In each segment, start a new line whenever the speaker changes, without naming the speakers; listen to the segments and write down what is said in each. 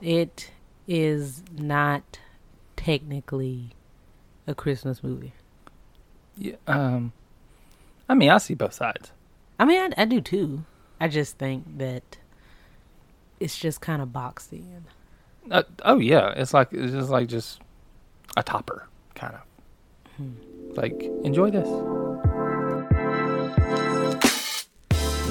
It is not technically a Christmas movie.
Yeah, um, I mean, I see both sides.
I mean, I, I do too. I just think that it's just kind of boxed in.
Uh, oh yeah, it's like it's just like just a topper kind of. Hmm. Like enjoy this.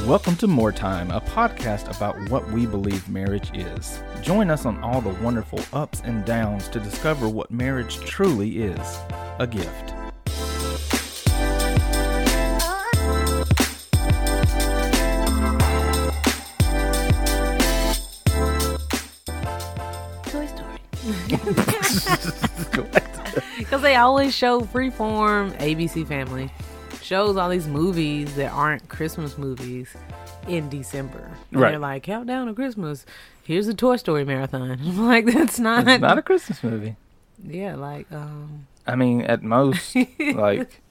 Welcome to More Time, a podcast about what we believe marriage is. Join us on all the wonderful ups and downs to discover what marriage truly is a gift.
Toy Story.
What?
Because they always show freeform ABC Family shows all these movies that aren't Christmas movies in December. And
Right.
They're like, countdown to Christmas. Here's a Toy Story marathon. I'm like, that's not.
it's not a Christmas movie.
yeah, like, um,
I mean, at most, like,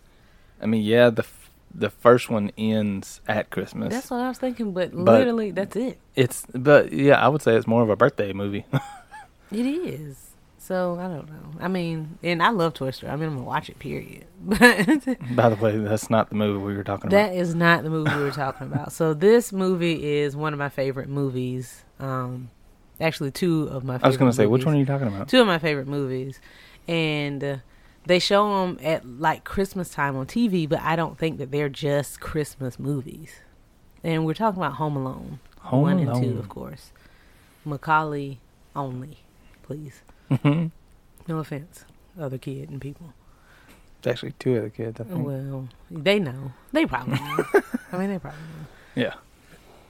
I mean, yeah, the f- the first one ends at Christmas.
that's what I was thinking, but,
But-
literally, that's it.
it's, but yeah, I would say it's more of a birthday movie.
It is. So, I don't know. I mean, and I love Toy Story. I mean, I'm going to watch it, period. But
By the way, that's not the movie we were talking about.
That is not the movie we were talking about. So this movie is one of my favorite movies. Um, actually, two of my. favorite
I was going to say,
movies.
which one are you talking about?
Two of my favorite movies, and uh, they show them at like Christmas time on TV, but I don't think that they're just Christmas movies. And we're talking about Home Alone,
Home
one
Alone.
and two, of course. Macaulay only, please.
Mhm.
No offense, other kid and people.
It's actually two other kids, I
Mm.
think.
Well, they know. They probably know. I mean, they probably know.
Yeah.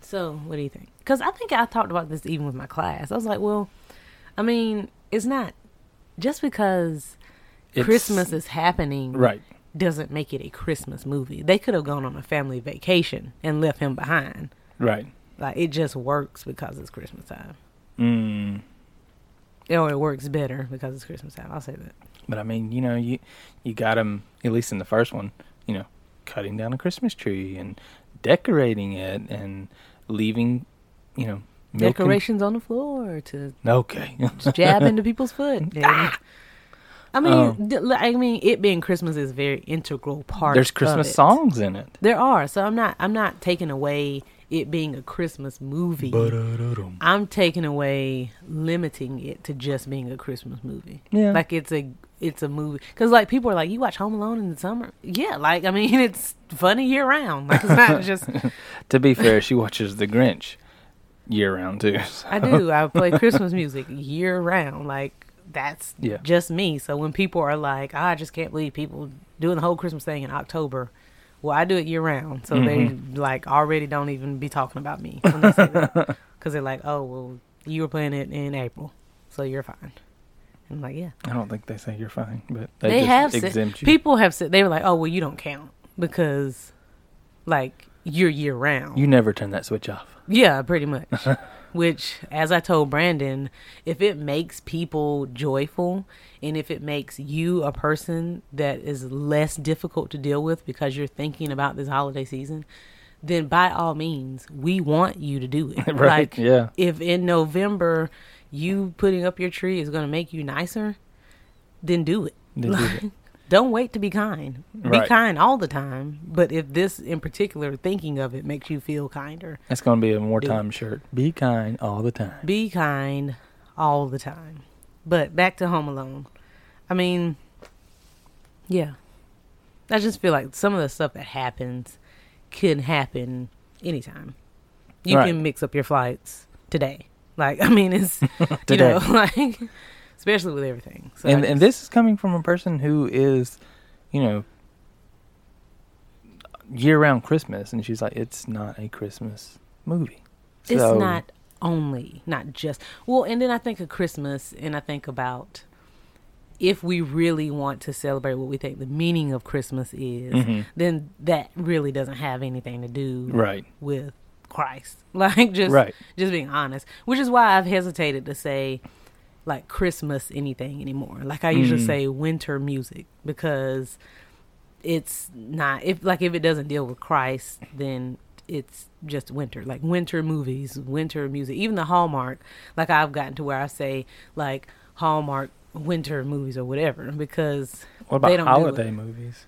So, what do you think? Because I think I talked about this even with my class. I was like, well, I mean, it's not just because
It's-
Christmas is happening
Right.
doesn't make it a Christmas movie. They could have gone on a family vacation and left him behind.
Right.
Like, it just works because it's Christmas time.
Mm.
Or Oh, it works better because it's Christmas time. I'll say that.
But I mean, you know, you you got him at least in the first one, you know, cutting down a Christmas tree and decorating it and leaving, you know, milk and-
Decorations on the floor to
Okay.
jab into people's foot. and- I mean,
Um,
d- I mean, it being Christmas is a very integral part.
There's
of
Christmas
it.
songs in it.
There are. So I'm not I'm not taking away it being a Christmas movie.
uh, Ba-da-da-dum.
I'm taking away limiting it to just being a Christmas movie.
Yeah.
Like it's a it's a movie cuz like people are like you watch Home Alone in the summer. Yeah, like I mean it's funny year round. Like it's not just
To be fair, she watches The Grinch year round too.
I do. I play Christmas music year round. Like that's
Yeah.
just me. So when people are like, "Ah, I just can't believe people doing the whole Christmas thing in October, well, I do it year round. So they like already don't even be talking about me when they say that because they're like, oh, well, you were playing it in April, so you're fine. I'm like, yeah,
I don't think they say you're fine, but
they,
they, just
have said-
exempt you.
people have said they were like, oh, well, you don't count because like you're year round.
You never turn that switch off.
Yeah, pretty much. Which, as I told Brandon, if it makes people joyful and if it makes you a person that is less difficult to deal with because you're thinking about this holiday season, then by all means, we want you to do it.
Right,
Like,
yeah.
if in November you putting up your tree is going to make you nicer, then do it.
They do it.
Don't wait to be kind. Be
Right.
kind all the time. But if this in particular, thinking of it makes you feel kinder,
That's going to be a more
Do it.
time shirt. Be kind all the time.
be kind all the time. But back to Home Alone. I mean, yeah. I just feel like some of the stuff that happens can happen anytime. You
Right.
can mix up your flights today. Like, I mean, it's, you
Today.
know, like, especially with everything. So
and
I
and
just-
this is coming from a person who is, you know, year round Christmas, and she's like, it's not a Christmas movie.
it's
So-
not only not just well and then i think of christmas and i think about if we really want to celebrate what we think the meaning of christmas is
Mhm.
then that really doesn't have anything to do
right,
with christ like just
right,
just being honest which is why i've hesitated to say like christmas anything anymore like i usually
Mm.
say winter music because it's not if like if it doesn't deal with christ then it's just winter, like winter movies, winter music, even the Hallmark. Like I've gotten to where I say like Hallmark winter movies or whatever because
What
they
about
don't
holiday
Do it.
movies?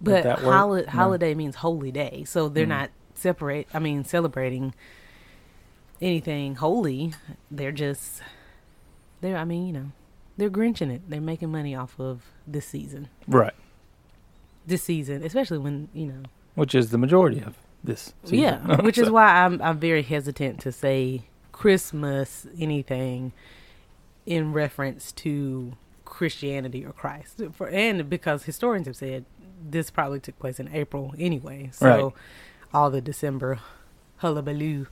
Would
But
that work?
holi-
No.
holiday means holy day, so they're
Mm.
not separate. I mean, celebrating anything holy. They're just they're. I mean, you know, they're grinching it. They're making money off of this season.
Right,
This season, especially when you know
which is the majority of this. Season.
Yeah, which is
So-
why I'm I'm very hesitant to say Christmas anything in reference to Christianity or Christ, For, and because historians have said this probably took place in April anyway, so
Right.
all the December hullabaloo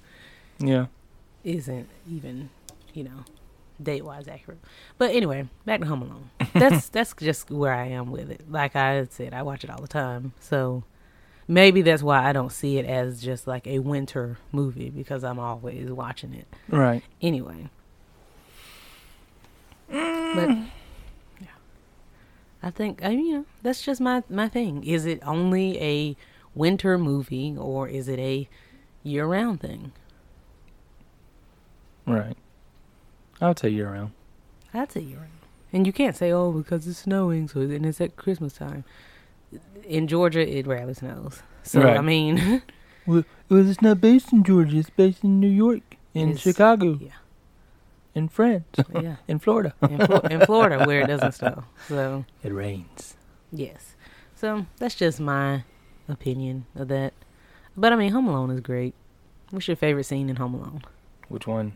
yeah.
isn't even you know date wise accurate. But anyway, back to Home Alone. That's that's just where I am with it. Like I said, I watch it all the time, so maybe that's why I don't see it as just like a winter movie because I'm always watching it
Right.
anyway. But yeah, I think I mean, you know that's just my my thing. Is it only a winter movie or is it a year round thing?
Right. I'll tell you around.
That's a year round. And you can't say, oh, because it's snowing, so and it's at Christmas time. In Georgia, it rarely snows. So I
Right.
mean,
Well, it's not based in Georgia. It's based in New York, in
It's-
Chicago,
yeah.
in France,
yeah,
in Florida.
in, Flo- in Florida where it doesn't snow. So
It rains.
yes, so that's just my opinion of that. But I mean, Home Alone is great. What's your favorite scene in Home Alone?
Which one?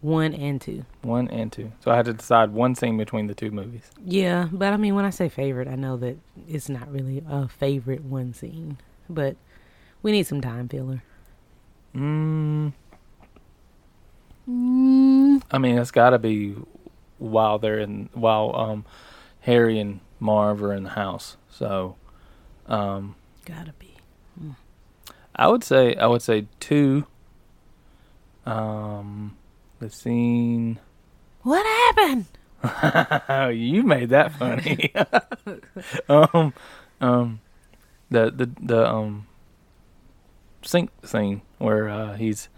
One and two.
One and two. So I had to decide one scene between the two movies.
Yeah, but I mean, when I say favorite, I know that it's not really a favorite one scene, but we need some time filler.
Mm,
Mm,
I mean, it's got to be while they're in while um, Harry and Marv are in the house. So um,
gotta be.
I would say I would say two. Um, the scene.
What happened?
Oh, you made that funny. um, um, the the the um sink scene where uh, he's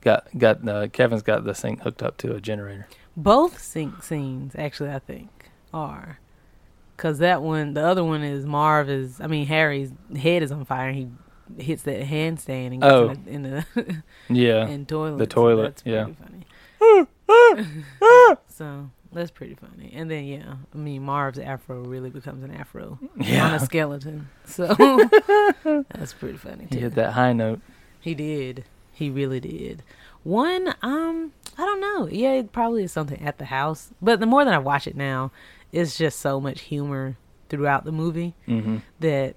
got got uh, Kevin's got the sink hooked up to a generator.
Both sync scenes, actually, I think, are. Because that one, the other one is Marv is, I mean, Harry's head is on fire and he hits that handstand and gets
Oh.
in the, in the
Yeah,
in toilet.
the toilet,
that's pretty
yeah.
funny. so that's pretty funny. And then, yeah, I mean, Marv's afro really becomes an afro on a
yeah.
skeleton. So that's pretty funny,
He
too.
hit that high note.
He did. He really did. One, um, I don't know. Yeah, it probably is something at the house. But the more that I watch it now, it's just so much humor throughout the movie
hmm
that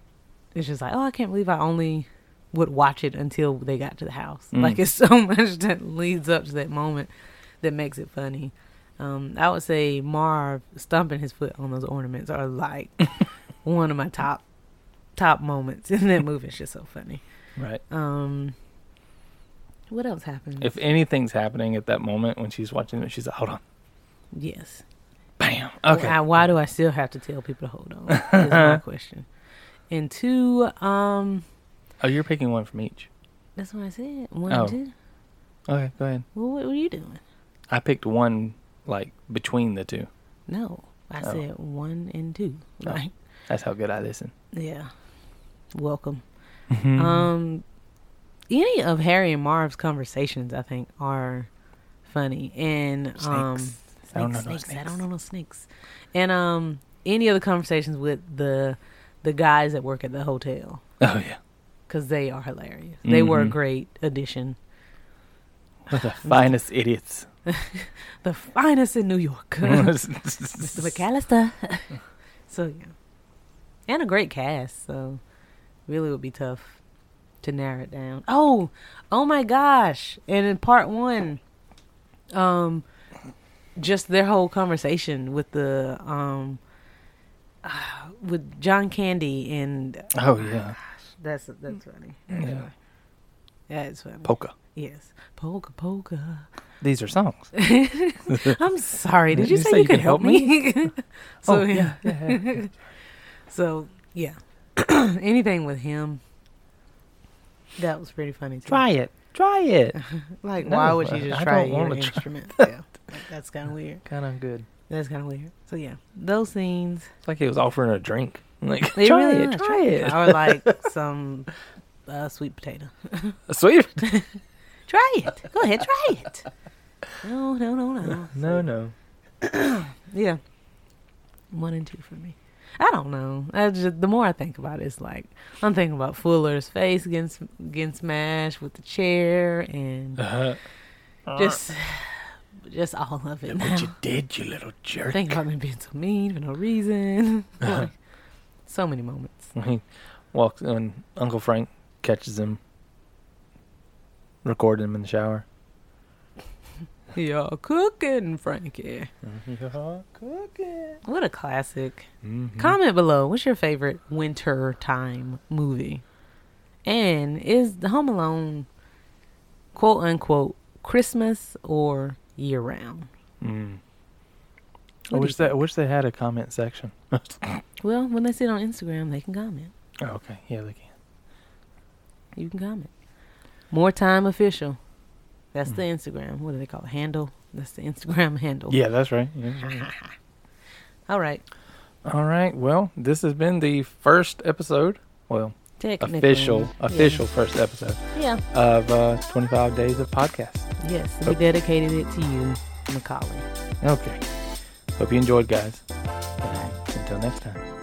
it's just like, oh, I can't believe I only would watch it until they got to the house.
Mm.
Like it's so much that leads up to that moment that makes it funny. Um, I would say Marv stumping his foot on those ornaments are like one of my top top moments in that movie. It's just so funny.
Right.
Um, what else happened?
If anything's happening at that moment when she's watching it, she's like, "Hold on,
yes.
bam." Okay.
Why, why do I still have to tell people to hold on? Is my question. And two, um,
Oh, you're picking one from each.
that's what I said. One,
Oh.
and two.
Okay, go ahead.
Well, what were you doing?
I picked one like between the two.
No, I
Oh.
said one and two.
Oh.
Like,
That's how good I listen.
yeah. Welcome.
Mm-hmm. Oh,
Um, any of Harry and Marv's conversations, I think, are funny and um,
Snakes. I don't know no
snakes. I
snakes.
don't know no snakes. And um, any of the conversations with the the guys that work at the hotel
oh yeah.
because they are hilarious. They were a
Mhm.
great addition.
We're the finest idiots.
The finest in New York, Mr. McAllister. so yeah, and a great cast. So really, would be tough to narrow it down. Oh, oh my gosh! And in part one, um, just their whole conversation with the um, uh, with John Candy and
oh yeah.
that's that's funny.
Yeah.
That's funny.
Polka.
yes, polka polka.
These are songs.
I'm sorry. Did
Did
you
you
say,
say
you
you
could
can help Oh,
help me? so yeah.
yeah.
So yeah. Anything with him. That was pretty funny. Too.
Try it. Try it.
Like,
No,
why would you just
I
try
don't
your
wanna try
instrument? yeah, Like, that's kind of weird.
kind of good.
That's kind of weird. So yeah, those scenes.
It's like he was offering a drink. Like
they
try
really
it.
are.
Try it.
Or like some uh, sweet potato.
Sweet.
Try it. Go ahead, try it. No, no, no, no.
No, no.
Yeah. One and two for me. I don't know. I just, the more I think about it, it's like I'm thinking about Fuller's face getting sm- getting smashed with the chair and
Uh-huh.
just just all of it. Now.
What you did, you little jerk.
Think about me being so mean for no reason. Like, so many moments.
When he walks and Uncle Frank catches him recording him in the shower.
You're cooking, Frankie.
Mm-hmm.
What a classic.
Mm-hmm.
Mm-hmm. Comment below. What's your favorite winter time movie? And is the Home Alone quote unquote Christmas or year round?
Mm. I
What do
wish
you
Oh, that I wish they had a comment section. oh,
Well, when they see it on Instagram, they can comment.
okay, yeah, they can.
You can comment. More time official. That's the Instagram. What do they call it? Handle. That's the Instagram handle.
Mm-hmm. Yeah, that's right. Yeah, that's right.
All right.
All right. Well, this has been the first episode. Well,
Technically.
official,
Yeah.
official first episode
Yeah.
of uh, 25 Days of Podcast. Oh.
Yes. We dedicated it to you, Macaulay.
Okay. Hope you enjoyed, guys. Until next time.